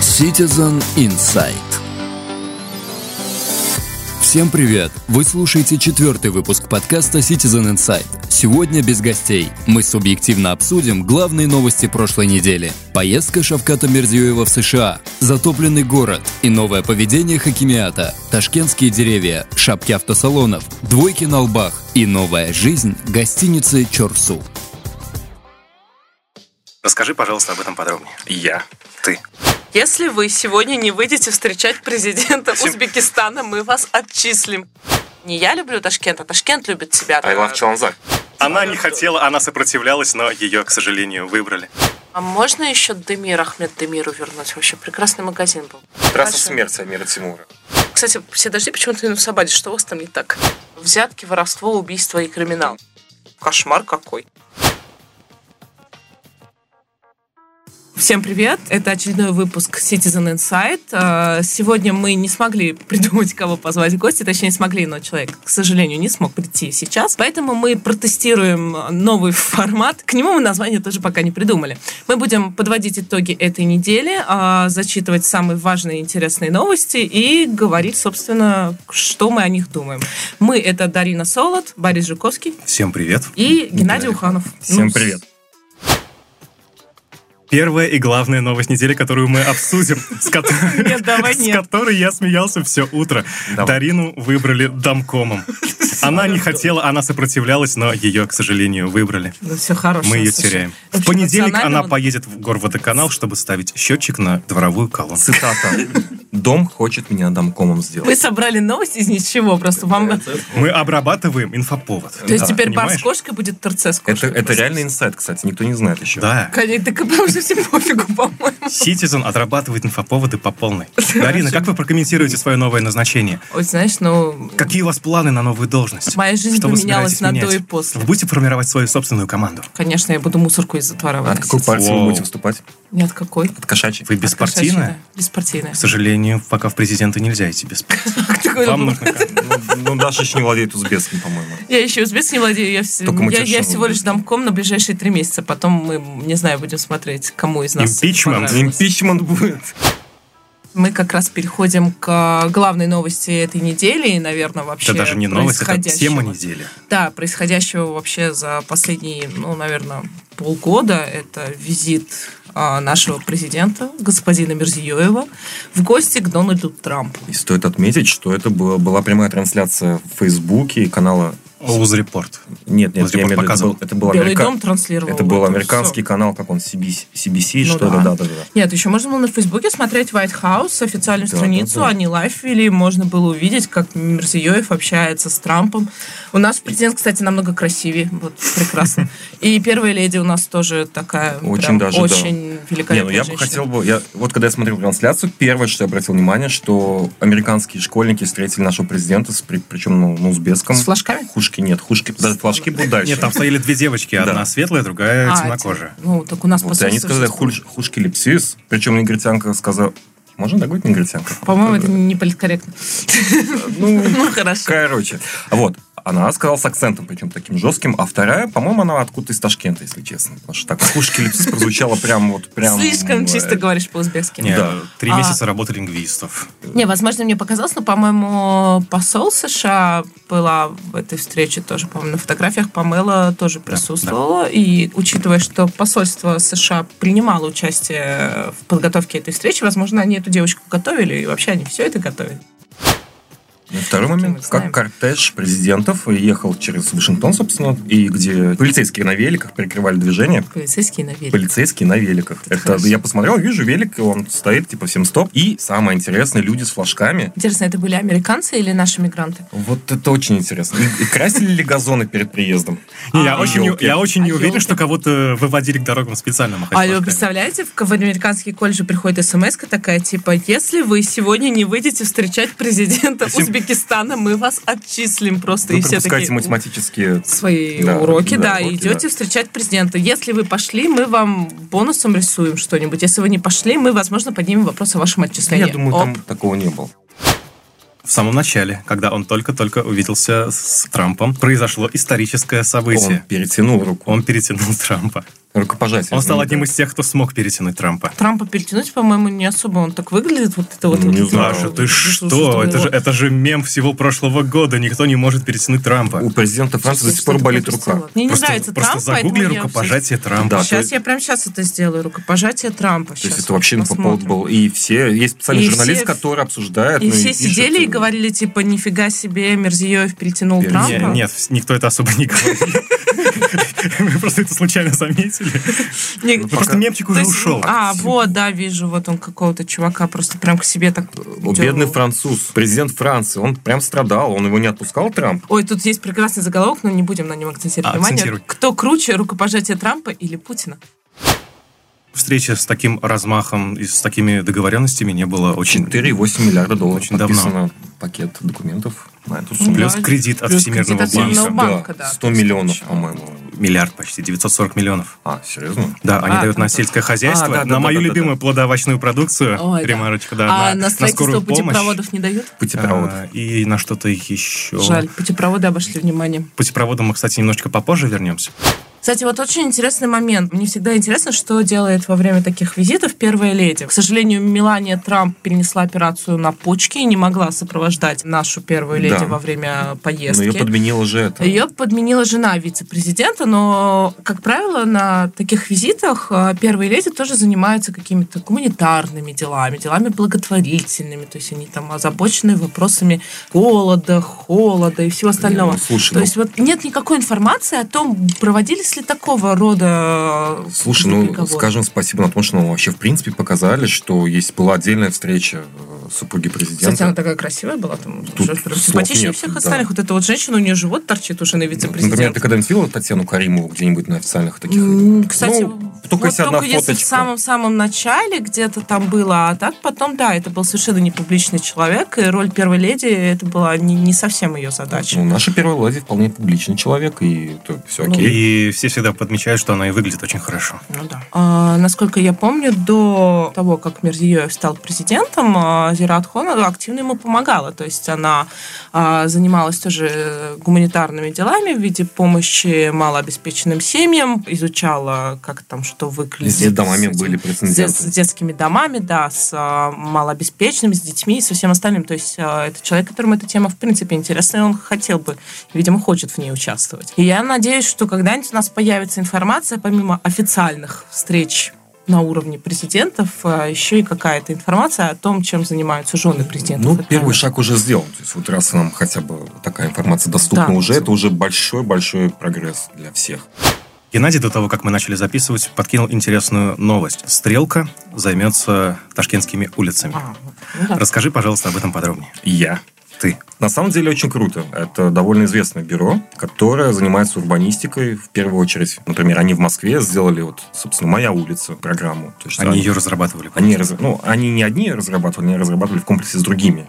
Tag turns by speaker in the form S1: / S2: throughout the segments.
S1: Citizen Insight. Всем привет! Вы слушаете четвертый выпуск подкаста Citizen Insight. Сегодня без гостей. Мы субъективно обсудим главные новости прошлой недели. Поездка Шавката Мерзиёева в США, затопленный город и новое поведение Хакимиата, ташкентские деревья, шапки автосалонов, двойки на лбах и новая жизнь гостиницы Чорсу.
S2: Расскажи, пожалуйста, об этом подробнее.
S3: Я. Ты.
S4: Если вы сегодня не выйдете встречать президента Узбекистана, мы вас отчислим. Не я люблю Ташкент, а Ташкент любит тебя.
S3: I love Челанзак.
S2: Она не хотела, она сопротивлялась, но ее, к сожалению, выбрали.
S4: А можно еще Демир Ахмед Демиру вернуть? Вообще прекрасный магазин был.
S3: Трасса
S4: Хорошо.
S3: смерти Амира Тимура.
S4: Кстати, все дожди почему-то на Сабаде. Что у вас там не так? Взятки, воровство, убийство и криминал. Кошмар какой. Всем привет! Это очередной выпуск Citizen Insight. Э, Сегодня мы не смогли придумать, кого позвать в гости. Точнее, смогли, но человек, к сожалению, не смог прийти сейчас. Поэтому мы протестируем новый формат. К нему мы название тоже пока не придумали. Мы будем подводить итоги этой недели, э, зачитывать самые важные и интересные новости и говорить, собственно, что мы о них думаем. Мы — это Дарина Солод, Борис Жуковский
S2: Всем привет.
S4: и Геннадий Уханов.
S2: Всем
S4: Ну,
S2: привет. Первая и главная новость недели, которую мы обсудим, с которой,
S4: Нет, давай
S2: с
S4: нет.
S2: которой я смеялся все утро.
S3: Давай.
S2: Дарину выбрали домкомом. Она не хотела, она сопротивлялась, но ее, к сожалению, выбрали.
S4: Ну, все хорошо.
S2: Мы ее
S4: слушай.
S2: теряем. В
S4: Общем,
S2: понедельник
S4: национально
S2: она
S4: вот-
S2: поедет в горводоканал, чтобы ставить счетчик на дворовую колонку.
S3: Цитата. Дом хочет меня домкомом сделать.
S4: Вы собрали новости из ничего, просто вам... То
S2: Мы обрабатываем инфоповод. То
S4: есть теперь бар с кошкой будет торце с
S3: Это,
S4: кошкой.
S3: это реальный инсайт, кстати, никто не знает еще.
S2: Да.
S4: Конечно, так уже всем пофигу, по-моему.
S2: Citizen отрабатывает инфоповоды по полной. Дарина, как вы прокомментируете свое новое назначение?
S4: Ой, знаешь, ну...
S2: Какие у вас планы на новую должность?
S4: Моя жизнь
S2: Что вы
S4: поменялась
S2: собираетесь
S4: на
S2: менять?
S4: до и после.
S2: Вы будете формировать свою собственную команду?
S4: Конечно, я буду мусорку из
S2: А,
S4: затвора
S3: От
S4: выносить.
S3: какой партии вы
S2: Вау.
S3: будете выступать?
S4: Ни от какой.
S3: От кошачьей?
S2: Вы беспартийная?
S4: Кошачья, да. Беспартийная.
S2: К сожалению, пока в президенты нельзя идти без партии.
S4: Такой
S2: Вам
S4: был.
S2: нужно как?
S3: Ну, ну, Даша еще не владеет узбекским, по-моему.
S4: Я еще узбекский не владею, я, вс-
S3: Только мы
S4: я,
S3: тебе
S4: я
S3: что
S4: всего лишь
S3: владеем.
S4: домком на ближайшие три месяца. Потом мы, не знаю, будем смотреть, кому из нас
S2: Импичмент.
S4: понравилось.
S3: Импичмент будет.
S4: Мы как раз переходим к главной новости этой недели и, наверное, вообще
S2: Это даже не новость, это
S4: происходящего.
S2: тема недели.
S4: Да, происходящего вообще за последние, ну, наверное, полгода. Это визит а, нашего президента, господина Мерзиёева, в гости к Дональду Трампу.
S3: И стоит отметить, что это была, была прямая трансляция в Фейсбуке и канала...
S2: Оуз-репорт.
S3: Нет, нет,
S2: Вот репорт
S3: я имею в виду, это
S2: показывал.
S3: был, это был
S4: Белый
S3: америка-
S4: дом транслировал.
S3: это был
S4: вот
S3: американский
S4: всё.
S3: канал, как он, CBC, CBC
S4: Ну
S3: что-то,
S4: да.
S3: да-да-да.
S4: Нет, еще можно было на Фейсбуке смотреть White House, официальную
S3: Да,
S4: страницу,
S3: да, да.
S4: они лайф вели, можно было увидеть, как Мерзиёев общается с Трампом. У нас президент, кстати, намного красивее, вот, прекрасно. И первая леди у нас тоже такая,
S3: Очень
S4: прям
S3: даже, да.
S4: очень великолепная
S3: Не, ну я бы
S4: женщина.
S3: хотел бы, я, вот когда я смотрел трансляцию, первое, что я обратил внимание, что американские школьники встретили нашего президента, с, при- причем ну, на узбекском.
S4: С флажками?
S3: Хушки нет, хушки, даже флажки будут дальше.
S2: Нет, там стояли две девочки, одна
S3: Да.
S2: светлая, другая
S4: А,
S2: темнокожая.
S4: типа, Ну, так у нас
S3: Вот, и они
S4: посольство
S3: сказали
S4: же-
S3: «Хуль- хушки липсис, причем негритянка сказала... Можно так говорить негритянка?
S4: По-моему, это не политкорректно.
S3: Ну,
S4: Ну, хорошо.
S3: короче. Вот. Она сказала с акцентом, причем таким жестким, а вторая, по-моему, она откуда-то из Ташкента, если честно. Потому что так хушки липсис прозвучало прям вот прям...
S4: Слишком
S3: э,
S4: чисто говоришь по-узбекски.
S2: Нет,
S3: Да.
S2: три
S4: А.
S2: месяца работы лингвистов.
S4: Не, возможно, мне показалось, но, по-моему, посол США была в этой встрече тоже, по-моему, на фотографиях Памела тоже присутствовала. И учитывая, что посольство США принимало участие в подготовке этой встречи, возможно, они эту девочку готовили, и вообще они все это готовили.
S3: Ну, Второй момент.
S4: мы знаем.
S3: Как кортеж президентов ехал через Вашингтон, собственно, и где полицейские на великах прикрывали движение.
S4: Полицейские навели.
S3: Полицейские на великах. Это
S4: Хорошо.
S3: я посмотрел, вижу велик, он стоит, типа, всем стоп. И самое интересное, люди с флажками.
S4: Интересно, это были американцы или наши мигранты?
S3: Вот это очень интересно. И- и красили ли газоны перед приездом?
S2: Не, Я
S3: А,
S2: очень не-
S3: ёлки.
S2: я очень не
S4: А,
S2: уверен,
S4: ёлки.
S2: что кого-то э, выводили к дорогам специально махать
S4: А вы
S2: флажками.
S4: представляете, в, в американские колледжи приходит смс такая, типа, если вы сегодня не выйдете встречать президента
S3: Всем-
S4: Узбекистана, мы вас отчислим просто.
S3: Вы
S4: и все такие,
S3: пропускаете математические...
S4: свои
S3: Да,
S4: уроки, да,
S3: да,
S4: и
S3: уроки,
S4: идете
S3: да.
S4: встречать президента. Если вы пошли, мы вам бонусом рисуем что-нибудь. Если вы не пошли, мы, возможно, поднимем вопрос о вашем отчислении.
S3: Я думаю,
S4: Оп.
S3: там такого не было.
S2: В самом начале, когда он только-только увиделся с Трампом, произошло историческое
S3: Он
S2: событие.
S3: перетянул руку.
S2: Он перетянул Трампа.
S3: рукопожатие.
S2: Он стал
S3: Ну
S2: одним из тех, кто смог перетянуть Трампа.
S4: Трампа перетянуть, по-моему, не особо. Он так выглядит, вот это вот.
S3: Не
S4: вот это
S3: знаю,
S4: вот.
S2: Саша, ты
S4: Ну,
S2: что? Это же,
S4: такое?
S2: это же мем всего прошлого года. Никто не может перетянуть Трампа.
S3: У президента Франции до сих пор
S4: Что-то
S3: болит
S4: пропустила.
S3: рука.
S4: Мне не
S2: просто
S4: нравится
S2: просто
S4: Трамп, поэтому
S2: загугли
S4: я всё-
S2: рукопожатие Трампа.
S3: Да, то
S4: Сейчас
S3: есть-
S4: я прям сейчас это сделаю. Рукопожатие Трампа.
S3: То есть
S4: Щас
S3: это вообще на
S4: вот
S3: повод
S4: посмотрим.
S3: был. И все, есть специальный
S4: И
S3: журналист,
S4: все-
S3: который обсуждает.
S4: И
S3: ну,
S4: все
S3: пишет,
S4: сидели и
S3: э,
S4: говорили, типа, нифига себе, Мерзиёев перетянул
S3: Пере-
S4: Трампа.
S2: Не- нет, вс- никто это особо не говорит. Мы просто это случайно заметили.
S4: Не-
S3: Ну,
S2: Просто
S3: Пока-
S2: мемчик
S4: То
S2: уже
S4: есть-
S2: ушел.
S4: А, вот, да, вижу, вот он какого-то чувака просто прям к себе так...
S3: о, Э, Бедный француз, президент Франции, он прям страдал, он его не отпускал, Трамп.
S4: Ой, тут есть прекрасный заголовок, но не будем на нем акцентировать
S2: А,
S4: внимание.
S2: акцентируй.
S4: Кто круче, рукопожатие Трампа или Путина?
S2: Встреча с таким размахом и с такими договоренностями не было очень...
S3: 4,8 миллиарда долларов
S2: Очень давно.
S3: подписано пакет документов на эту
S4: Ну,
S3: сумму.
S2: Плюс
S4: Да,
S2: кредит от
S4: плюс
S2: Всемирного
S4: кредит от Всемирного
S2: банка.
S4: банка, да,
S3: 100 миллионов, по-моему.
S2: Миллиард почти, 940 миллионов.
S3: А, серьезно?
S2: Да, они
S4: А,
S2: дают
S4: там
S2: на
S4: тоже.
S2: сельское хозяйство,
S3: А, да, да,
S2: на
S3: да,
S2: мою
S3: да, да,
S2: любимую плодоовощную продукцию,
S4: Ой, да.
S2: ремарочка, да,
S4: А на строительство
S2: скорую помощь.
S4: путепроводов не дают?
S3: Путепровод.
S2: А, и на что-то еще.
S4: Жаль, путепроводы обошли внимание.
S2: Путепроводом мы, кстати, немножечко попозже вернемся.
S4: Кстати, вот очень интересный момент. Мне всегда интересно, что делает во время таких визитов первая леди. К сожалению, Мелания Трамп перенесла операцию на почки и не могла сопровождать нашу первую леди
S3: Да.
S4: во время
S3: Но
S4: поездки.
S3: ее подменил уже это.
S4: Ее подменила жена вице-президента, но, как правило, на таких визитах э, первые леди тоже занимаются какими-то гуманитарными делами, делами благотворительными. То есть они там озабочены вопросами голода, холода и всего остального.
S3: Не, ну, слушай,
S4: То
S3: ну-
S4: есть вот нет никакой информации о том, проводились ли такого рода э,
S3: Слушай, ну
S4: переговоры.
S3: скажем спасибо на том, что ну, вообще в принципе показали, что есть была отдельная встреча э, супруги
S4: Кстати, она
S3: президента.
S4: такая красивая была, там
S3: Тут
S4: уже прям
S3: слов
S4: симпатичнее
S3: нет,
S4: всех
S3: да.
S4: остальных. Вот эта вот женщина, у нее живот торчит уже на
S3: Вот, Ну, Например,
S4: вице-президента.
S3: ты когда-нибудь видела Татьяну Каримову где-нибудь на официальных таких?
S4: М, Кстати,
S3: Ну, только
S4: вот
S3: если одна
S4: только если в
S3: фоточка.
S4: самом-самом начале где-то там было, а так потом, да, это был совершенно не публичный человек, и роль первой леди это была не, не совсем ее задача.
S3: Ну, наша первая леди вполне публичный человек, и это все
S4: Ну,
S3: окей.
S2: И все всегда подмечают, что она и выглядит очень хорошо.
S4: Ну да. А, насколько я помню, до того, как Мирзиёев стал президентом, а, Зират Хон активно ему помогала. То есть она а, занималась тоже гуманитарными делами в виде помощи малообеспеченным семьям, изучала, как там что выглядит.
S3: Если домами
S4: с этим
S3: были
S4: с, дет- с
S3: прецеденты.
S4: детскими домами, да, с а, малообеспеченными, с детьми и со всем остальным. То есть а, это человек, которому эта тема в принципе интересна, и он хотел бы, видимо, хочет в ней участвовать. И я надеюсь, что когда-нибудь у нас появится информация, помимо официальных встреч на уровне президентов, а, еще и какая-то информация о том, чем занимаются жены президентов.
S3: Ну,
S4: Это
S3: первый
S4: правильно.
S3: шаг уже сделан. То есть вот раз нам хотя бы такая информация доступна
S4: Да.
S3: уже, это уже большой-большой прогресс для всех.
S2: Геннадий до того, как мы начали записывать, подкинул интересную новость. Стрелка займется ташкентскими улицами.
S4: А, ну да.
S2: Расскажи, пожалуйста, об этом подробнее.
S3: И Я.
S2: Ты.
S3: На самом деле очень круто. Это довольно известное бюро, которое занимается урбанистикой в первую очередь. Например, они в Москве сделали вот, собственно, «Моя улица» программу. То есть
S2: Они ее разрабатывали.
S3: Они, раз- ну, они не одни разрабатывали, они разрабатывали в комплексе с другими.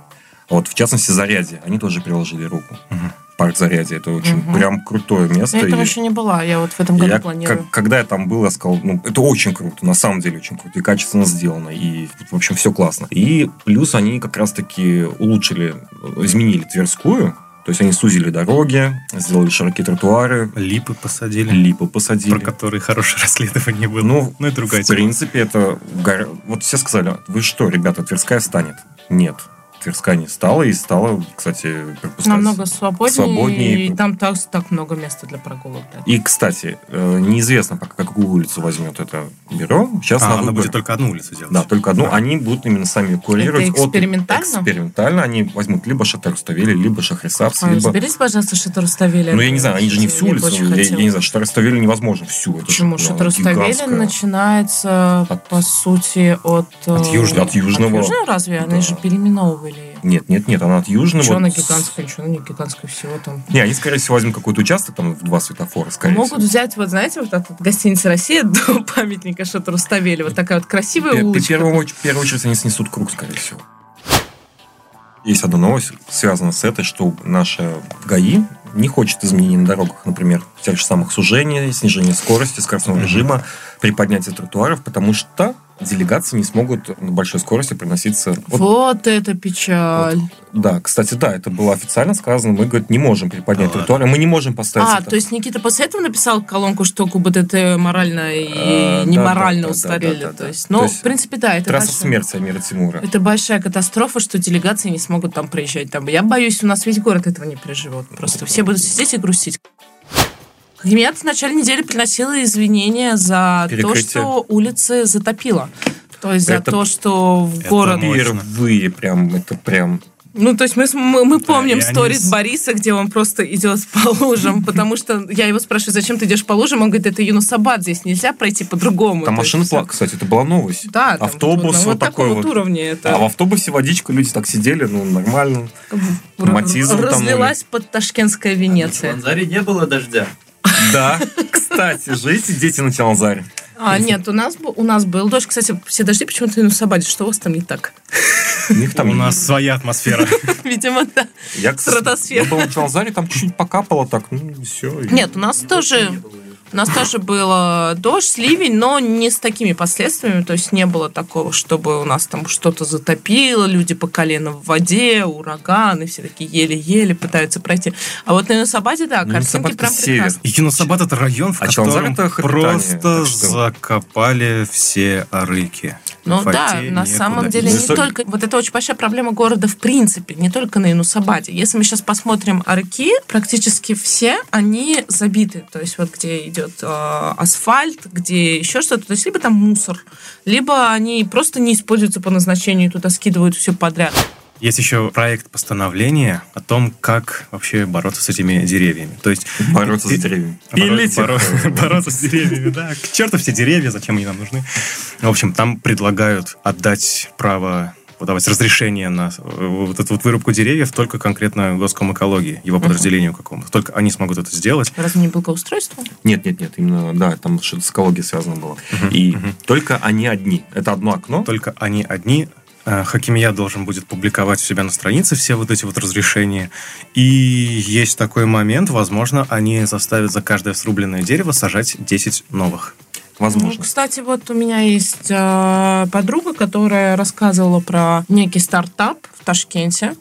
S3: Вот, в частности, «Зарядье». Они тоже приложили руку.
S2: Мгм.
S3: Парк «Зарядье» — это очень
S4: Мгм.
S3: прям крутое место.
S4: Я
S3: и-
S4: этого еще не была, я вот в этом году
S3: я,
S4: планирую.
S3: как- когда я там был, я сказал, ну, это очень круто, на самом деле очень круто, и качественно сделано, и, в общем, все классно. И плюс они как раз-таки улучшили, э, изменили Тверскую, то есть они сузили дороги, сделали широкие тротуары,
S2: Липы посадили,
S3: липы посадили.
S2: про которые хорошее расследование было.
S3: Ну,
S2: Ну, и другая
S3: в
S2: тема.
S3: принципе, это... гор- Вот все сказали, вы что, ребята, Тверская станет? Нет. Тверская не стала, и стала, кстати, пропускать.
S4: Намного свободнее,
S3: Свободнее.
S4: и там так, так много места для прогулок. да.
S3: И, кстати, э, неизвестно, пока какую улицу возьмет это бюро. Сейчас
S2: А,
S3: на
S2: она
S3: выбор-
S2: будет только одну улицу делать.
S3: Да, только одну.
S2: Да.
S3: Они будут именно сами курировать.
S4: Это экспериментально?
S3: экспериментально. Они возьмут либо Шатарставели, либо Шахрисабс,
S4: Ой,
S3: либо...
S4: разберись, пожалуйста, что расставили.
S3: Ну, я не знаю, они же не всю
S4: А, Я бы
S3: улицу.
S4: очень
S3: Я, я
S4: хотела.
S3: не знаю, Шатарставели невозможно всю. Это
S4: Почему?
S3: же,
S4: Что
S3: ну,
S4: Троставели
S3: гигантская.
S4: начинается,
S3: От-
S4: по сути, от...
S3: От
S4: э,
S3: южного. От южного.
S4: От южного разве?
S3: Да.
S4: Они же переименовывали ее.
S3: Нет, нет, нет, она от Южного.
S4: Ничего она
S3: с-
S4: гигантская, ничего она не гигантская, всего там.
S3: Не, они, скорее всего, возьмут какой-то участок, там, в два светофора, скорее
S4: Могут
S3: всего.
S4: взять, вот знаете, вот от гостиницы «Россия» до памятника что-то Руставели. Вот такая вот красивая
S3: Пе- пе-
S4: улочка.
S3: первую оч- В первую очередь они снесут круг, скорее всего. Есть одна новость, связанная с этой, что наша ГАИ не хочет изменений на дорогах, например, тех же самых сужений, снижения скорости, скоростного режима, приподнятия тротуаров, потому что делегации не смогут на большой скорости приноситься.
S4: Вот,
S3: Вот,
S4: это печаль.
S3: да, кстати, да, это было официально сказано. Мы, говорит, не можем приподнять
S2: Да
S3: тротуары, мы не можем поставить
S4: а,
S3: это.
S4: то есть Никита после этого написал колонку, что КУБДТ морально и
S3: Э, да,
S4: неморально
S3: да, да,
S4: устарели.
S3: да, да, да.
S4: то есть, ну,
S3: То есть
S4: в принципе, да, это
S3: Трасса
S4: большая-
S3: смерти Амира Тимура.
S4: Это большая катастрофа, что делегации не смогут там приезжать. Там, я боюсь, у нас весь город этого не переживет. Просто все будут сидеть и грустить. Гмет в начале недели приносила извинения за
S3: Перекрытие.
S4: то, что улицы затопило. То есть за
S3: Это-
S4: то, что в
S2: Это
S4: город...
S2: мощно.
S3: Впервые прям, это прям...
S4: Ну, то есть мы, с- мы, мы
S2: Да,
S4: помним
S2: и они
S4: сториз
S2: с-
S4: Бориса, где он просто идет по лужам, потому что я его спрашиваю, зачем ты идешь по лужам? Он говорит, это Юнусабад, здесь нельзя пройти по-другому.
S3: Там
S4: То есть
S3: машина
S4: всё-
S3: пла- кстати, это была новость.
S4: Да, там
S3: Автобус
S4: вот,
S3: вот такой
S4: вот.
S3: вот.
S4: уровне это.
S3: А в автобусе водичка, люди так сидели, ну, нормально.
S4: Р-
S3: Матизм там
S4: разлилась под Ташкентская
S5: В
S4: Венеция.
S5: Ланзаре не было дождя.
S3: Да, кстати, жить и дети на Чаланзаре.
S4: А, нет, у нас, бу- у нас был дождь. Кстати, все дожди почему-то на Сабаде. Что у вас там не так?
S3: У них там...
S2: У нас своя атмосфера.
S4: Видимо, да.
S3: Я, к-
S4: стратосфера.
S3: Я был на Чаланзаре, там чуть-чуть покапало так, ну, все.
S4: Нет, у нас
S3: Ну,
S4: тоже... У нас тоже был дождь, ливень, но не с такими последствиями. То есть не было такого, чтобы у нас там что-то затопило, люди по колено в воде, ураган, и все такие еле-еле пытаются пройти. А вот на Юнусабаде, да,
S3: Ну,
S4: картинки
S3: Юнусабад
S4: прям
S3: это север.
S4: прекрасные.
S2: И Юнусабад это район, в
S3: А
S2: котором
S3: Чалзар это Хритания,
S2: просто
S3: так что-
S2: закопали все арыки.
S4: Ну да,
S2: Пойти
S4: на
S2: некуда.
S4: самом деле
S3: Ну,
S4: не
S3: особенно-
S4: только... Вот это очень большая проблема города в принципе, не только на Инусабаде. Если мы сейчас посмотрим арки, практически все, они забиты. То есть вот где идет э, асфальт, где еще что-то. То есть либо там мусор, либо они просто не используются по назначению, и туда скидывают все подряд.
S2: Есть еще проект постановления о том, как вообще бороться с этими деревьями. То есть
S3: Бороться
S2: И-
S3: с деревьями.
S2: Пилить
S3: Пилить их.
S2: бороться с деревьями, да. К черту все деревья, зачем они нам нужны? В общем, там предлагают отдать право подавать разрешение на э, вот эту вот вырубку деревьев только конкретно Госкомэкологии, его подразделению какому-то. Только они смогут это сделать.
S4: Разве не благоустройство?
S3: Нет, нет, нет, именно, да, там что-то с экологией связано было. И только они одни. Это одно окно.
S2: Только они одни. Э, Хакимия должен будет публиковать у себя на странице все вот эти вот разрешения. И есть такой момент, возможно, они заставят за каждое срубленное дерево сажать 10 новых.
S4: Ну,
S3: Возможно.
S4: кстати, вот у меня есть э, подруга, которая рассказывала про некий стартап в Ташкенте,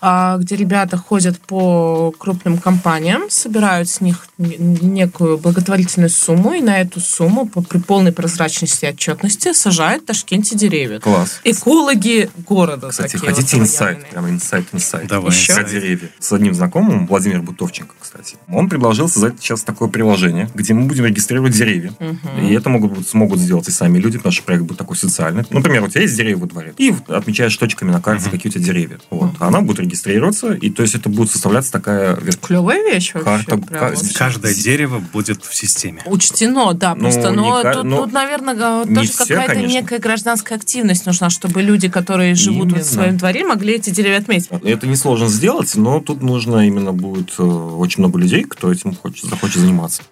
S4: а, где ребята ходят по крупным компаниям, собирают с них не- некую благотворительную сумму, и на эту сумму по, при полной прозрачности и отчетности сажают в Ташкенте деревья.
S3: Класс.
S4: Экологи города.
S3: Кстати,
S4: такие
S3: хотите
S4: вот
S3: инсайт?
S4: явные.
S3: Прям инсайт, инсайт.
S2: Давай.
S4: Еще?
S3: Про деревья. С одним знакомым, Владимир Бутовченко, кстати. Он предложил создать сейчас такое приложение, где мы будем регистрировать деревья.
S4: Мгм.
S3: И это могут, быть- смогут сделать и сами люди, потому что проект будет такой социальный. Например, у тебя есть деревья во дворе, и вот отмечаешь точками на карте, какие у тебя деревья. Вот.
S4: Мгм.
S3: Она будет регистрироваться, и то есть это будет составляться такая вер-
S4: Клевая вещь вообще.
S3: Карта-
S4: прям
S3: ка-
S4: вот.
S2: Каждое дерево будет в системе.
S4: Учтено, да,
S3: Ну,
S4: просто, но
S3: не ка-
S4: тут,
S3: ну,
S4: тут, наверное, га-
S3: не
S4: тоже
S3: все,
S4: какая-то
S3: конечно.
S4: некая гражданская активность нужна, чтобы люди, которые живут вот
S3: Именно.
S4: в своем дворе, могли эти деревья отметить.
S3: это несложно сделать, но тут нужно именно будет э, очень много людей, кто этим хочет, захочет заниматься.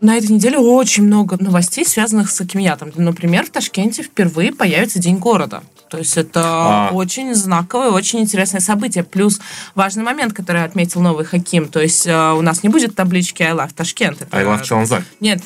S4: На этой неделе очень много новостей, связанных с Акимиятом. Например, в Ташкенте впервые появится День города. То есть это
S3: А.
S4: очень знаковое, очень интересное событие. Плюс важный момент, который отметил новый Хаким. То есть э, у нас не будет таблички «I love Ташкент». Это-
S3: I love Чаланзар.
S4: Нет,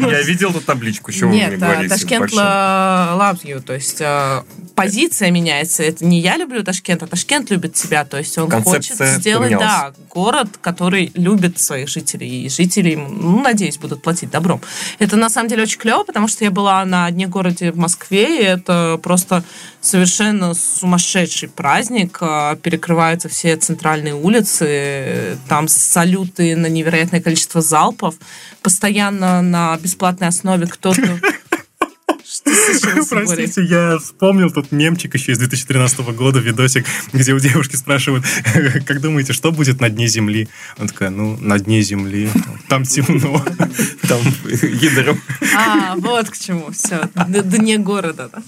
S3: Я видел эту табличку, еще вы мне
S4: Нет, а,
S3: говорите.
S4: Ташкент
S3: большую.
S4: л- loves you, то есть э, позиция меняется. Это не я люблю Ташкент, а Ташкент любит тебя. То есть он
S3: Концепция
S4: хочет сделать
S3: поменялась.
S4: да, город, который любит своих жителей. И жители, ему, ну, надеюсь, будут платить добром. Это на самом деле очень клево, потому что я была на дне городе в Москве, и это просто совершенно сумасшедший праздник. А, Перекрываются все центральные улицы, там салюты на невероятное количество залпов. Постоянно на бесплатной основе кто-то... Что случилось, Боря?
S2: Простите, я вспомнил тот мемчик еще из 2013 года, видосик, где у девушки спрашивают, как думаете, что будет на дне земли? Она такая, ну, на дне земли, там темно.
S3: Там ядро.
S4: А, вот к чему. Все. Дне города. да.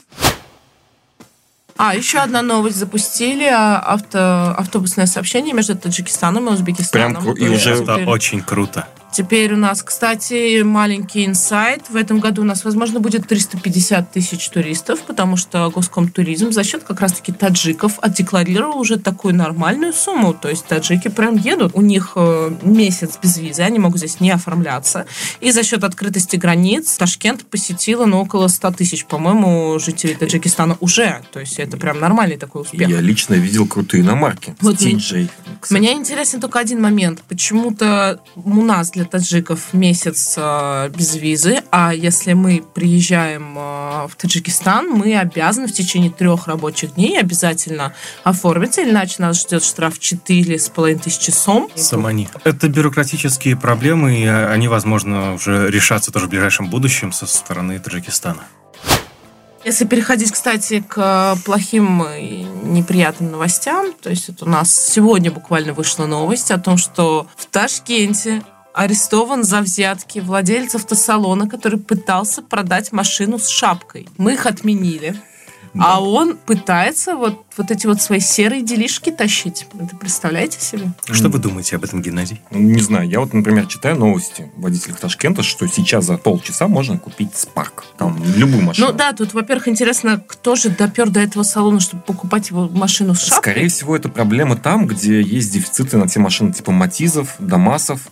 S4: А, еще одна новость запустили. а, Авто, автобусное сообщение между Таджикистаном и Узбекистаном.
S3: Прям кру- и
S4: То есть
S3: уже-
S4: теперь-
S2: Это очень круто.
S4: Теперь у нас, кстати, маленький инсайт. В этом году у нас, возможно, будет 350 тысяч туристов, потому что Госкомтуризм за счет как раз-таки таджиков отдекларировал уже такую нормальную сумму. То есть таджики прям едут. У них э, месяц без визы, они могут здесь не оформляться. И за счет открытости границ Ташкент посетила ну, около 100 тысяч, по-моему, жителей Таджикистана уже. То есть это прям нормальный такой успех.
S3: Я лично видел крутые иномарки.
S4: Вот мне-
S3: Тинджей.
S4: Мне интересен только один момент. Почему-то у нас для таджиков месяц э, без визы, а если мы приезжаем э, в Таджикистан, мы обязаны в течение трех рабочих дней обязательно оформиться, иначе нас ждет штраф 4,5 тысячи сом.
S2: Самани. Это бюрократические проблемы, и э, они, возможно, уже решатся тоже в ближайшем будущем со стороны Таджикистана.
S4: Если переходить, кстати, к э, плохим и неприятным новостям, то есть вот у нас сегодня буквально вышла новость о том, что в Ташкенте арестован за взятки владелец автосалона, который пытался продать машину с шапкой. Мы их отменили. А он пытается вот, вот эти вот свои серые делишки тащить. Это представляете себе?
S2: Что вы думаете об этом, Геннадий?
S3: Ну, Не знаю, я вот, например, читаю новости водителях Ташкента, что сейчас за полчаса можно купить Спарк. Там любую машину.
S4: Ну да, тут, во-первых, интересно, кто же допер до этого салона, чтобы покупать его машину с шапкой.
S3: Скорее всего, это проблема там, где есть дефициты на те машины типа Матизов, Дамасов.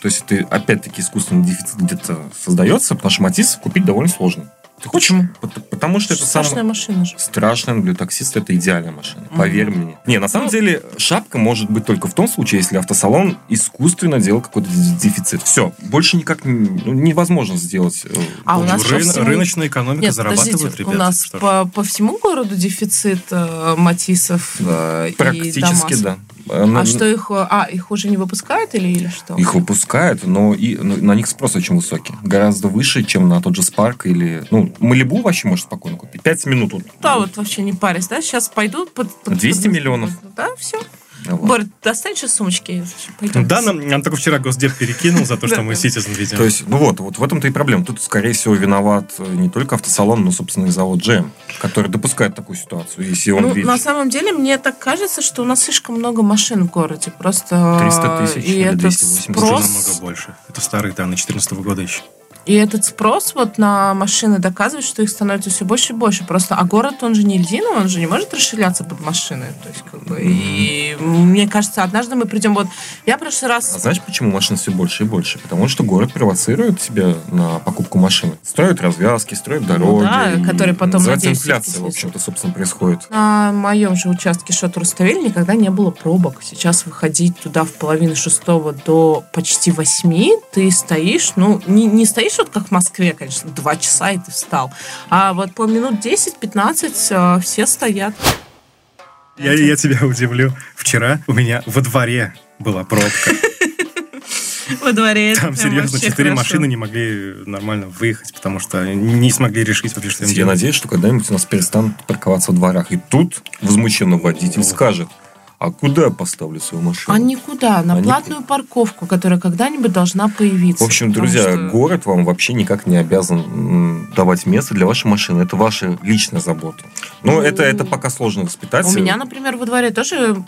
S3: То есть, ты опять-таки искусственный дефицит где-то создается, потому что Матиз купить довольно сложно. Ты хочешь?
S4: Почему?
S3: Пот- Потому что это
S4: Страшная
S3: самое...
S4: машина же.
S3: Страшная для таксиста это идеальная машина.
S4: Мгм. Ну,
S3: Поверь мне. Не, на самом деле шапка может быть только в том случае, если автосалон искусственно делал какой-то д- дефицит. Все, больше никак н- ну, невозможно сделать. э,
S4: А у
S3: больше.
S4: нас по
S2: Рын-
S4: всему-
S2: Рыночная экономика
S4: Нет,
S2: зарабатывает,
S4: подождите,
S2: ребята.
S4: у нас
S2: Что ж.
S4: по, по всему городу дефицит э, матисов э, и
S3: практически
S4: Дамасов.
S3: да. Ну,
S4: А что их, э, а их уже не выпускают или или что?
S3: Их выпускают, но и но на них спрос очень высокий. Гораздо выше, чем на тот же Спарк или... Ну, Малибу вообще можешь спокойно купить. Пять минут. вот.
S4: Ну, Да, вот вообще не парясь, да? Сейчас пойду под, под-
S3: 200
S4: под-
S3: миллионов.
S4: Да, все.
S3: Да, ладно.
S4: Борь, достань сейчас сумочки. Пойдем.
S2: Да, нам, нам только вчера Госдеп перекинул за то, что
S4: Да,
S2: мы
S4: да.
S2: Citizen ведем.
S3: То есть, ну вот, вот в этом-то и проблема. Тут, скорее всего, виноват э, не только автосалон, но, собственно, и завод GM, который допускает такую ситуацию, если он
S4: Ну,
S3: видит. А
S4: на самом деле, мне так кажется, что у нас слишком много машин в городе. Просто... э,
S3: 300 тысяч
S4: И
S3: или
S4: этот
S3: 280
S2: Уже
S4: спрос...
S2: намного больше. Это старые данные 2014 года еще.
S4: И этот спрос вот на машины доказывает, что их становится все больше и больше. Просто, а город, он же не льдина, он же не может расширяться под машины. То есть, как бы, и мне кажется, однажды мы придем, вот, я в прошлый раз...
S3: А знаешь, почему машин все больше и больше? Потому что город провоцирует себя на покупку машины. Строят развязки, строят дороги.
S4: Ну да,
S3: и
S4: которые потом,
S3: Называется
S4: надеюсь,
S3: инфляция,
S4: всё-таки
S3: в общем-то, собственно, происходит.
S4: На моем же участке Шатурставель никогда не было пробок. Сейчас выходить туда в половину шестого до почти восьми, ты стоишь, ну, не, не стоишь вот как в Москве, конечно, два часа и ты встал. А вот по минут 10-15 э, все стоят.
S2: Я, я тебя удивлю. Вчера у меня во дворе была пробка.
S4: Во дворе. это
S2: Там
S4: прям
S2: серьезно
S4: вообще
S2: четыре
S4: хорошо.
S2: машины не могли нормально выехать, потому что не смогли решить вообще, что им
S3: Я
S2: делать.
S3: надеюсь, что когда-нибудь у нас перестанут парковаться во дворах. И тут возмущенно водитель
S2: О.
S3: скажет, а куда я поставлю свою машину?
S4: А никуда, на
S3: А никуда.
S4: платную парковку, которая когда-нибудь должна появиться.
S3: В общем,
S4: Потому
S3: друзья,
S4: что-
S3: город вам вообще никак не обязан м, давать место для вашей машины. Это ваша личная забота. Но
S4: Ну,
S3: это, это пока сложно воспитать.
S4: У меня, например, во дворе тоже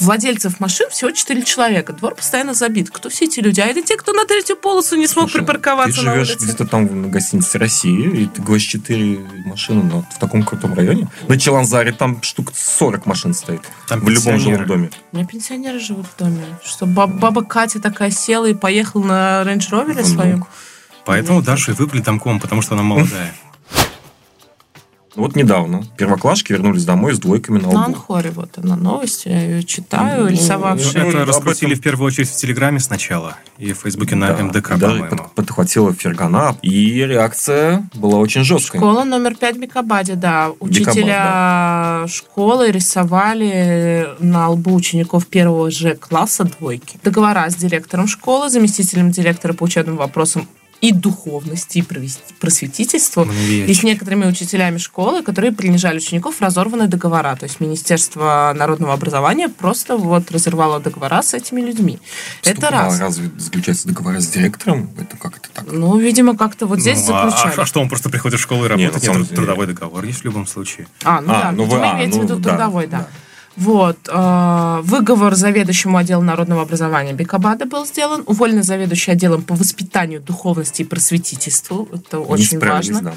S4: владельцев машин всего 4 человека. Двор постоянно забит. Кто все эти люди? А это те, кто на третью полосу не смог
S3: Слушай,
S4: припарковаться
S3: Ты
S4: на
S3: живешь
S4: улице.
S3: где-то там на гостинице России, и ты говоришь, 4 машины но в таком крутом районе. На Челанзаре там штук 40 машин стоит.
S2: Там
S3: в любом
S2: пенсионеры.
S3: жилом доме.
S4: У меня пенсионеры живут в доме. Что ба- баба Катя такая села и поехала на рейндж ровере
S3: Внук.
S4: своем.
S2: Поэтому Дашу и выбрали домком, потому что она молодая.
S3: Вот недавно первоклашки вернулись домой с двойками на
S4: На
S3: лбу.
S4: Анхоре вот она новости, я ее читаю,
S3: Ну,
S2: Ну,
S4: рисовавшая.
S2: Это
S3: об
S2: раскрутили
S3: этом-
S2: в первую очередь в Телеграме сначала и в Фейсбуке на
S3: Да,
S2: МДК,
S3: и даже
S2: по-моему.
S3: под- подхватила Фергана. И реакция была очень жесткой.
S4: Школа номер пять Бикабаде, да. Учителя школы рисовали на лбу учеников первого же класса двойки. Договора с директором школы, заместителем директора по учебным вопросам и духовности, и провис-
S2: Ну,
S4: просветительству. И с
S2: Маневеевич.
S4: некоторыми учителями школы, которые принижали учеников, разорваны договора. То есть Министерство народного образования просто вот разорвало договора с этими людьми. это
S3: Ступа,
S4: раз.
S3: Разве заключается договор с директором? Это как это так?
S4: Ну, видимо, как-то вот здесь
S2: Ну, а-
S4: заключали.
S2: А, а что, он просто приходит в школу и
S3: Нет,
S2: работает?
S3: на
S2: Нет,
S3: самом
S2: тру-
S3: деле.
S2: трудовой договор есть в любом случае.
S4: А, ну
S3: А,
S4: да,
S3: ну вы-
S4: видимо,
S3: а,
S4: имеется в
S3: ну
S4: виду
S3: да,
S4: трудовой, да.
S3: да.
S4: Вот. э, Выговор заведующему отделу народного образования Бекабада был сделан. Уволен заведующий отделом по воспитанию духовности и просветительству. Это очень
S3: справились,
S4: важно.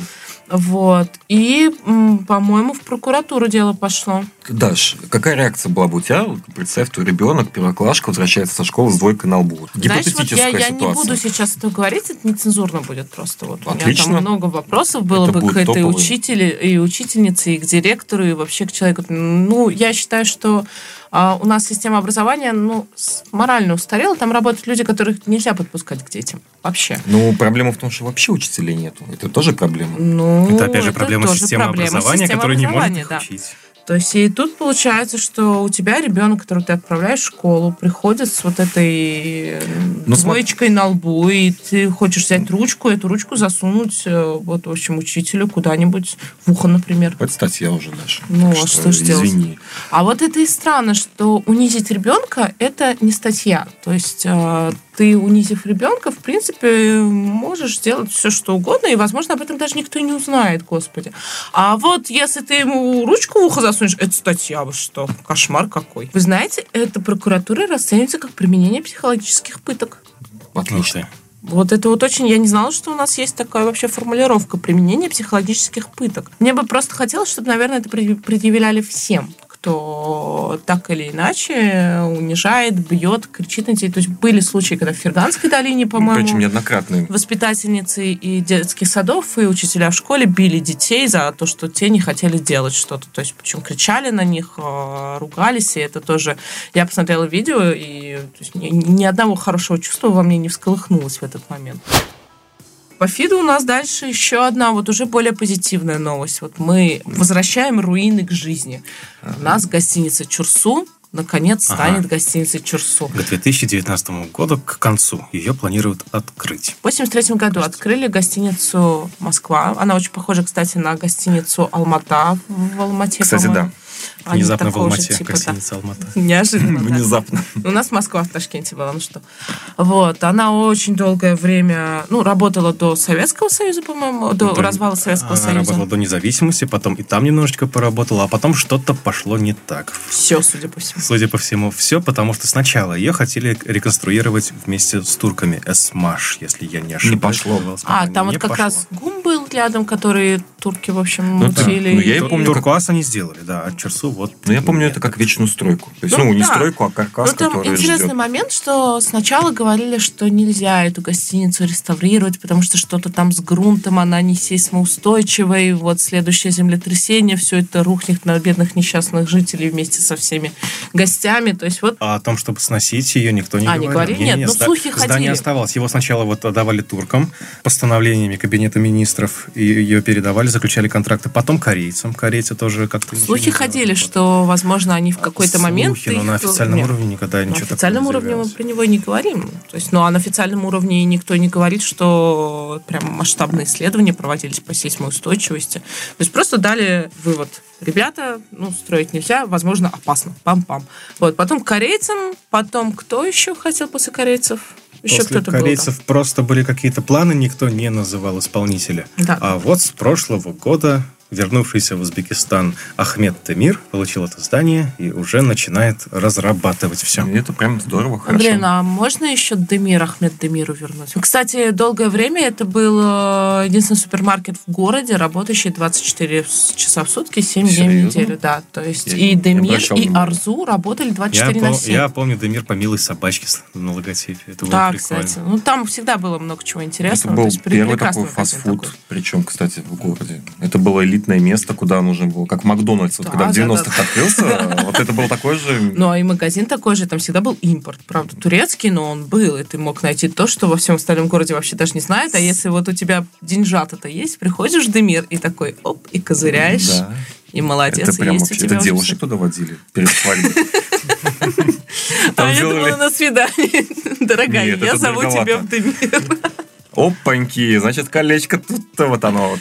S4: Вот. И, м, по-моему, в прокуратуру дело пошло.
S3: да. Даш, какая реакция была бы у тебя? Вот Представь, твой ребенок, первоклашка, возвращается со школы с двойкой на лбу. Вот
S4: Знаешь,
S3: Гипотетическая
S4: вот я, я
S3: ситуация.
S4: не буду сейчас это говорить, это нецензурно будет просто. Вот У меня
S3: Отлично.
S4: там много вопросов было
S3: Это
S4: бы
S3: будет
S4: к этой
S3: топовый.
S4: учителе и учительнице, и к директору, и вообще к человеку. Ну, я считаю, что а, у нас система образования ну, с- морально устарела. Там работают люди, которых нельзя подпускать к детям. Вообще.
S3: Ну, проблема в том, что вообще учителей нету. Это тоже проблема.
S4: Ну,
S2: Это опять же проблема
S4: тоже
S2: системы
S4: проблема
S2: образования,
S4: системы
S2: которая не может
S4: образования,
S2: их
S4: да.
S2: учить.
S4: То есть и тут получается, что у тебя ребенок, которого ты отправляешь в школу, приходит с вот этой э,
S3: Ну, смо-
S4: двоечкой на лбу, и ты хочешь взять ручку, эту ручку засунуть, э, вот, в общем, учителю куда-нибудь в ухо, например.
S3: Это статья уже, Даша.
S4: Ну, а
S3: Так
S4: что ж делать?
S3: Извини.
S4: А вот это и странно, что унизить ребенка – это не статья. То есть э, ты, унизив ребенка, в принципе, можешь делать все, что угодно, и, возможно, об этом даже никто и не узнает, господи. А вот если ты ему ручку в ухо засунешь, это статья, вы что, кошмар какой. Вы знаете, это прокуратура расценивается как применение психологических пыток.
S3: Отлично.
S4: Вот это вот очень... Я не знала, что у нас есть такая вообще формулировка применения психологических пыток. Мне бы просто хотелось, чтобы, наверное, это предъ- предъявляли всем, кто так или иначе унижает, бьет, кричит на тебя. То есть были случаи, когда в Ферганской долине, по-моему,
S3: Причем Ну, неоднократно.
S4: воспитательницы и детских садов, и учителя в школе били детей за то, что те не хотели делать что-то. То есть, причем кричали на них, э, ругались, и это тоже... Я посмотрела видео, и то есть, ни, ни одного хорошего чувства во мне не всколыхнулось в этот момент. По ФИДу у нас дальше еще одна, вот уже более позитивная новость. Вот мы возвращаем руины к жизни. У нас гостиница Чурсу наконец
S2: Ага.
S4: станет гостиницей Чурсу.
S2: К 2019 году, к концу, ее планируют открыть.
S4: В 83 году открыли гостиницу «Москва». Она очень похожа, кстати, на гостиницу «Алмата» в Алмате.
S3: Кстати,
S4: по-моему. Они
S2: Внезапно в
S4: такого же
S2: Алмате,
S4: типа, да.
S2: гостиница Алмата.
S4: Неожиданно. да.
S3: Внезапно.
S4: У нас Москва в Ташкенте была, ну что. Вот, она очень долгое время, ну, работала до Советского Союза, по-моему, до
S2: Да.
S4: развала Советского
S2: Она работала
S4: Союза.
S2: до независимости, потом и там немножечко поработала, а потом что-то пошло не так.
S4: Все, судя по всему.
S2: Судя по всему, все, потому что сначала ее хотели реконструировать вместе с турками. Эсмаш, если я не ошибаюсь.
S3: пошло.
S2: называлась
S4: А,
S2: компания.
S4: там вот
S2: Не
S4: как
S2: пошло.
S4: раз ГУМ был рядом, которые турки, в общем,
S3: да.
S4: мутили.
S3: Ну, я и
S4: и-
S3: помню,
S2: Помню, Туркуаз они сделали, да, а Черсу вот...
S3: Но Ну, я помню
S2: нет.
S3: это как вечную стройку. То есть,
S4: Ну,
S3: ну, не
S4: да.
S3: стройку, а каркас,
S4: Ну, там
S3: который
S4: интересный
S3: ждет.
S4: момент, что сначала говорили, что нельзя эту гостиницу реставрировать, потому что что-то там с грунтом, она не сейсмоустойчивая, и вот следующее землетрясение, все это рухнет на бедных несчастных жителей вместе со всеми гостями. То есть вот
S2: А о том, чтобы сносить ее, никто не
S4: А, не
S2: говорил.
S4: говорили? Нет, ну,
S2: зда-
S4: слухи
S2: здание
S4: ходили.
S2: оставалось. Его сначала вот отдавали туркам постановлениями Кабинета министров, и ее передавали, заключали контракты. Потом корейцам. Корейцы тоже как-то... ничего
S4: слухи
S2: не
S4: ходили,
S2: делали.
S4: что, возможно, они в какой-то
S2: Слухи,
S4: момент...
S2: но на
S4: их-
S2: официальном
S4: Нет.
S2: уровне никогда
S4: На
S2: ничего такого
S4: официальном
S2: не
S4: уровне мы
S2: заявлялось.
S4: про него и не говорим. То есть, ну, а на официальном уровне никто не говорит, что прям масштабные исследования проводились по сейсмоустойчивости. То есть просто дали вывод. Ребята, ну, строить нельзя, возможно, опасно. Пам-пам. Вот, потом к корейцам, потом кто еще хотел после корейцев? Еще
S2: После
S4: кто-то был, да.
S2: корейцев просто были какие-то планы, никто не называл исполнителя.
S4: Да.
S2: А вот с прошлого года вернувшийся в Узбекистан Ахмед Темир получил это здание и уже начинает разрабатывать все.
S3: И это прям здорово, хорошо.
S4: Блин, а можно еще Демир, Ахмед Демиру вернуть? Кстати, долгое время это был э, единственный супермаркет в городе, работающий 24 с- часа в сутки, 7 дней в
S3: Серьезно?
S4: неделю. Да, то есть
S3: Я не
S4: и Демир,
S3: обращал
S4: и
S3: внимания.
S4: Арзу работали
S2: Я,
S4: 24
S2: пом-
S4: на 7.
S2: я помню Демир по милой собачке с- на логотипе. Это было
S4: да,
S2: прикольно.
S4: кстати. Ну, там всегда было много чего
S3: Это
S4: интересного. то
S3: был
S4: есть пре-
S3: первый
S4: прекрасный
S3: такой
S4: магазин
S3: фастфуд,
S4: такой.
S3: причем, кстати, в городе. Это было элитное место, куда нужно было, как Макдональдс, вот
S4: Да,
S3: когда в
S4: да,
S3: 90-х открылся, вот это был такой же...
S4: Ну, а и магазин такой же, там всегда был импорт. Правда, турецкий, но он был, и ты мог найти то, что во всем остальном городе вообще даже не знают. А если вот у тебя деньжата-то есть, приходишь в Демир и такой, оп, и козыряешь.
S3: Да.
S4: И молодец,
S3: Это
S4: и
S3: прям
S4: есть
S3: вообще,
S4: у
S3: это
S4: тебя уже
S3: девушек
S4: всё.
S3: туда водили перед свадьбой.
S4: а
S3: Там
S4: я
S3: делали-
S4: думала на свидание. Дорогая,
S3: Нет,
S4: я
S3: это
S4: зову
S3: дороговато.
S4: тебя в Демир.
S3: Опаньки, значит, колечко тут-то вот оно вот.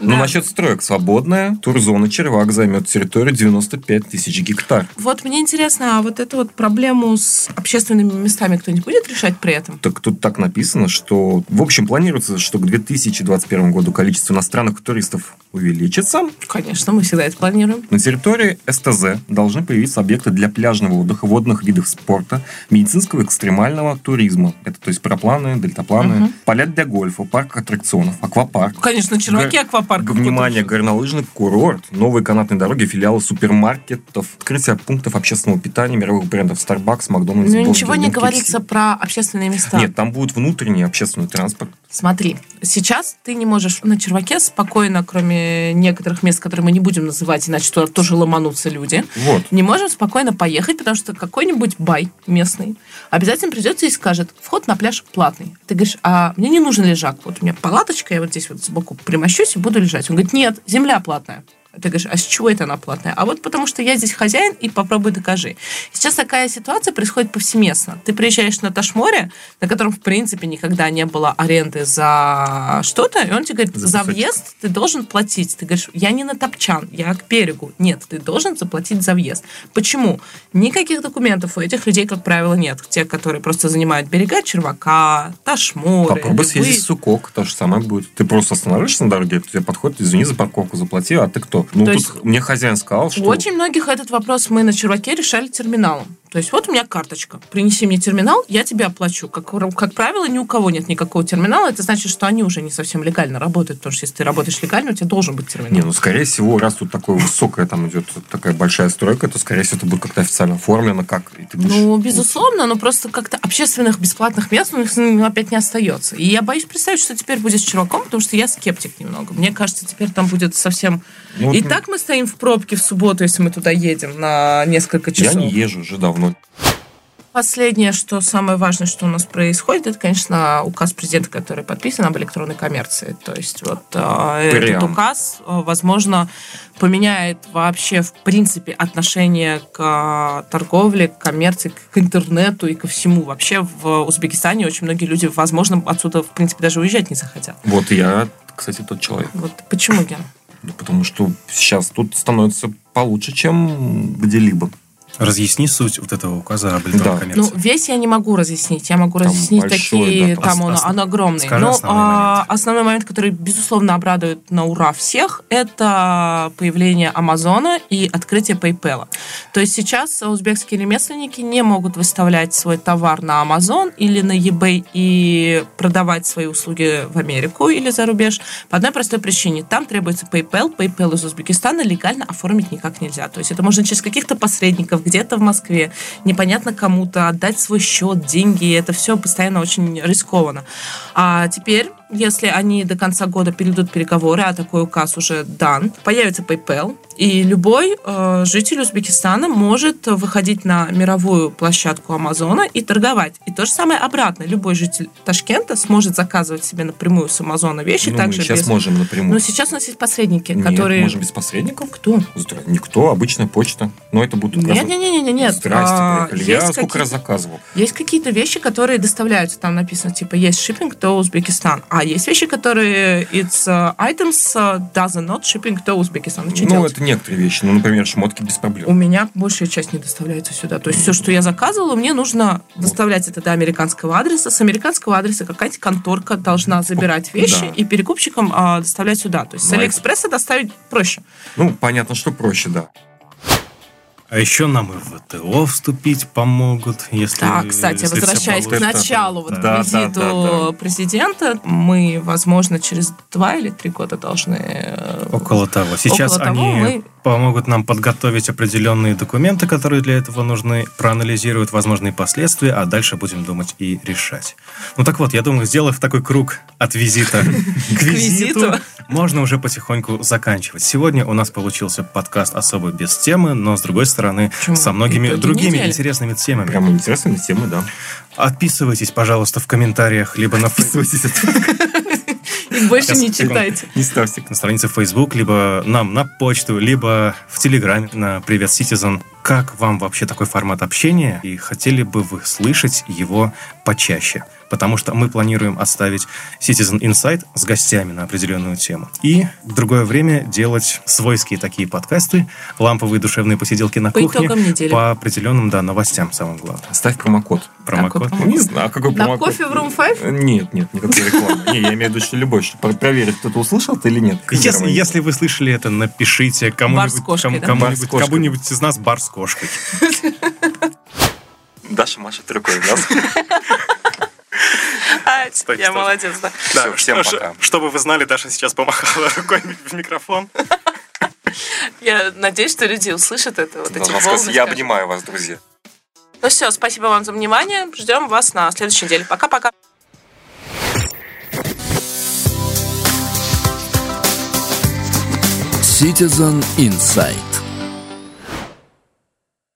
S3: Но
S4: Да.
S3: насчет строек свободная, турзона Червак займет территорию 95 тысяч гектар.
S4: Вот мне интересно, а вот эту вот проблему с общественными местами кто-нибудь будет решать при этом?
S3: Так тут так написано, что в общем планируется, что к 2021 году количество иностранных туристов увеличится.
S4: Конечно, мы всегда это планируем.
S3: На территории СТЗ должны появиться объекты для пляжного отдыха, водных видов спорта, медицинского и экстремального туризма. Это то есть парапланы, дельтапланы,
S4: Мгм.
S3: поля для гольфа, парк аттракционов, аквапарк.
S4: Конечно, черваки
S3: Га-
S4: аквапарк.
S3: Внимание, горнолыжный курорт, новые канатные дороги, филиалы супермаркетов, открытие пунктов общественного питания мировых брендов Starbucks, Макдональдс.
S4: Ну,
S3: Burger
S4: ничего
S3: King,
S4: не
S3: KFC.
S4: говорится про общественные места.
S3: Нет, там будет внутренний общественный транспорт.
S4: Смотри, сейчас ты не можешь на черваке спокойно, кроме некоторых мест, которые мы не будем называть, иначе туда тоже ломанутся люди,
S3: Вот.
S4: не можем спокойно поехать, потому что какой-нибудь бай местный обязательно придется и скажет, вход на пляж платный. Ты говоришь, а мне не нужен лежак, вот у меня палаточка, я вот здесь вот сбоку примощусь и буду лежать. Он говорит, нет, земля платная. Ты говоришь, а с чего это она платная? А вот потому что я здесь хозяин, и попробуй докажи. Сейчас такая ситуация происходит повсеместно. Ты приезжаешь на Ташморе, на котором, в принципе, никогда не было аренды за что-то, и он тебе говорит,
S3: За
S4: за
S3: кусочек.
S4: въезд ты должен платить. Ты говоришь, я не на Топчан, я к берегу. Нет, ты должен заплатить за въезд. Почему? Никаких документов у этих людей, как правило, нет. Те, которые просто занимают берега Червака, Ташморы.
S3: Попробуй
S4: Липы.
S3: съездить в Сукок, то же самое будет. Ты просто останавливаешься на дороге, тебе подходит, извини за парковку, заплати, а ты кто? Ну,
S4: То
S3: тут
S4: есть-
S3: мне хозяин сказал, что...
S4: У очень многих этот вопрос мы на черваке решали терминалом. То есть вот у меня карточка, принеси мне терминал, я тебе оплачу. Как, как правило, ни у кого нет никакого терминала, это значит, что они уже не совсем легально работают, потому что если ты работаешь легально, у тебя должен быть терминал.
S3: Не, ну, скорее всего, раз тут такое высокое, там идет такая большая стройка, то, скорее всего, это будет как-то официально оформлено, как... и ты будешь-
S4: Ну, безусловно, но просто как-то общественных бесплатных мест у них ну, опять не остается. И я боюсь представить, что теперь будет с чуваком, потому что я скептик немного. Мне кажется, теперь там будет совсем...
S3: Ну, вот
S4: И
S3: мы-
S4: так мы стоим в пробке в субботу, если мы туда едем на несколько
S3: Я
S4: часов.
S3: не езжу уже давно.
S4: Последнее, что самое важное, что у нас происходит, это, конечно, указ президента, который подписан об электронной коммерции. То есть вот э, этот
S3: Прям.
S4: указ, э, возможно, поменяет вообще, в принципе, отношение к э, торговле, к коммерции, к- к интернету и ко всему. Вообще в Узбекистане очень многие люди, возможно, отсюда, в принципе, даже уезжать не захотят.
S3: Вот и я, кстати, тот человек.
S4: Вот почему, Ген?
S3: Ну, потому что сейчас тут становится получше, чем где-либо.
S2: Разъясни суть вот этого указа об электронной
S3: Да.
S2: коммерции.
S4: Ну, весь я не могу разъяснить. Я могу
S3: Там
S4: разъяснить
S3: большой,
S4: такие,
S3: да,
S4: там
S2: ос-
S4: он,
S2: ос-
S4: он огромный.
S2: скажи
S4: Но
S2: основной
S4: а,
S2: момент.
S4: основной момент, который, безусловно, обрадует на ура всех, это появление Амазона и открытие PayPal. То есть сейчас узбекские ремесленники не могут выставлять свой товар на Amazon или на eBay и продавать свои услуги в Америку или за рубеж по одной простой причине. Там требуется PayPal. PayPal из Узбекистана легально оформить никак нельзя. То есть это можно через каких-то посредников где-то в Москве, непонятно кому-то, отдать свой счет, деньги. И Это все постоянно очень рискованно. А теперь если они до конца года перейдут переговоры, а такой указ уже дан, появится PayPal, и любой э, житель Узбекистана может выходить на мировую площадку Амазона и торговать. И то же самое обратно. Любой житель Ташкента сможет заказывать себе напрямую с Амазона вещи.
S3: Ну, мы
S4: также
S3: сейчас
S4: без-
S3: можем
S4: Но
S3: напрямую.
S4: сейчас у нас есть посредники,
S3: Нет,
S4: которые...
S3: можем без посредников.
S4: Кто?
S3: Здра- Никто, обычная почта. Но это будут
S4: Нет,
S3: разные-
S4: нет, нет, нет, нет.
S3: Здрасте,
S4: А,
S3: приехали. Я
S4: есть
S3: сколько
S4: какие-
S3: раз заказывал.
S4: Есть какие-то вещи, которые доставляются, там написано, типа, есть shipping to Узбекистан, а есть вещи, которые it's uh, items uh, does not shipping to Узбекистан. Ну, что
S3: ну,
S4: делать?
S3: это некоторые вещи. Ну, например, шмотки без
S4: У
S3: проблем.
S4: меня большая часть не доставляется сюда. То есть все, что я заказывала, мне нужно доставлять это до американского адреса. С американского адреса какая-нибудь конторка должна забирать вещи
S3: Да.
S4: и перекупщикам а, доставлять сюда. То есть с
S3: Ну, это-
S4: Алиэкспресса доставить проще.
S3: Ну, понятно, что проще, да.
S2: А еще нам и в ВТО вступить помогут, если...
S4: Да, кстати,
S2: если всё
S4: возвращаясь к
S2: получится.
S4: началу, вот
S2: Да.
S4: к
S3: Да, да,
S4: визиту
S3: да, да.
S4: президента, мы, возможно, через два или три года должны... э,
S2: Около того. Сейчас
S4: Около
S2: они
S4: того мы-
S2: помогут нам подготовить определенные документы, которые для этого нужны, проанализируют возможные последствия, а дальше будем думать и решать. Ну так вот, я думаю, сделав такой круг от визита к визиту,
S4: визиту.
S2: можно уже потихоньку заканчивать. Сегодня у нас получился подкаст особо без темы, но с другой стороны,
S4: Почему?
S2: со многими
S4: Итоги
S2: другими
S4: недели.
S2: интересными темами.
S3: Прям интересная тема, да.
S2: Отписывайтесь, пожалуйста, в комментариях, либо на фейсбуке.
S4: И больше
S2: Сейчас,
S4: не
S2: секунду.
S4: читайте.
S3: Не ставьте.
S2: на странице в Facebook, либо нам на почту, либо в Телеграме на Привет Citizen. как вам вообще такой формат общения, и хотели бы вы слышать его почаще. Потому что мы планируем оставить Citizen Insight с гостями на определенную тему. И в другое время делать свойские такие подкасты, ламповые душевные посиделки на
S4: По
S2: кухне.
S4: итогам недели.
S2: По определенным, да, новостям, самое главное.
S3: Ставь промокод. Ну,
S2: Промокод.
S4: промокод?
S3: Не знаю, какой
S4: На
S3: промокод. Э,
S4: кофе в Room 5?
S3: Нет, нет, никакой рекламы. Не, я имею в виду, что любой, чтобы про- проверить, кто-то услышал ты или нет.
S2: Если,
S3: Первый.
S2: если вы слышали это, напишите
S4: Бар с
S2: кому-нибудь кому-
S4: кошкой, да?
S2: кому-нибудь-
S3: Бар с кошкой.
S2: кому-нибудь из нас бар с кошкой.
S3: Даша машет рукой, да?
S4: А,
S2: Стой,
S4: я
S2: стой.
S4: молодец, да.
S3: Всё, всем
S2: Ш-
S3: пока.
S2: Чтобы вы знали, Даша сейчас помахала рукой в микрофон.
S4: Я надеюсь, что люди услышат это,
S2: Ну,
S4: вот эти
S3: Должна
S4: волны.
S3: сказать, Я
S4: скажут.
S3: обнимаю вас, друзья.
S4: Ну все, спасибо вам за внимание. Ждем вас на следующей неделе. Пока-пока.
S1: Citizen Insight.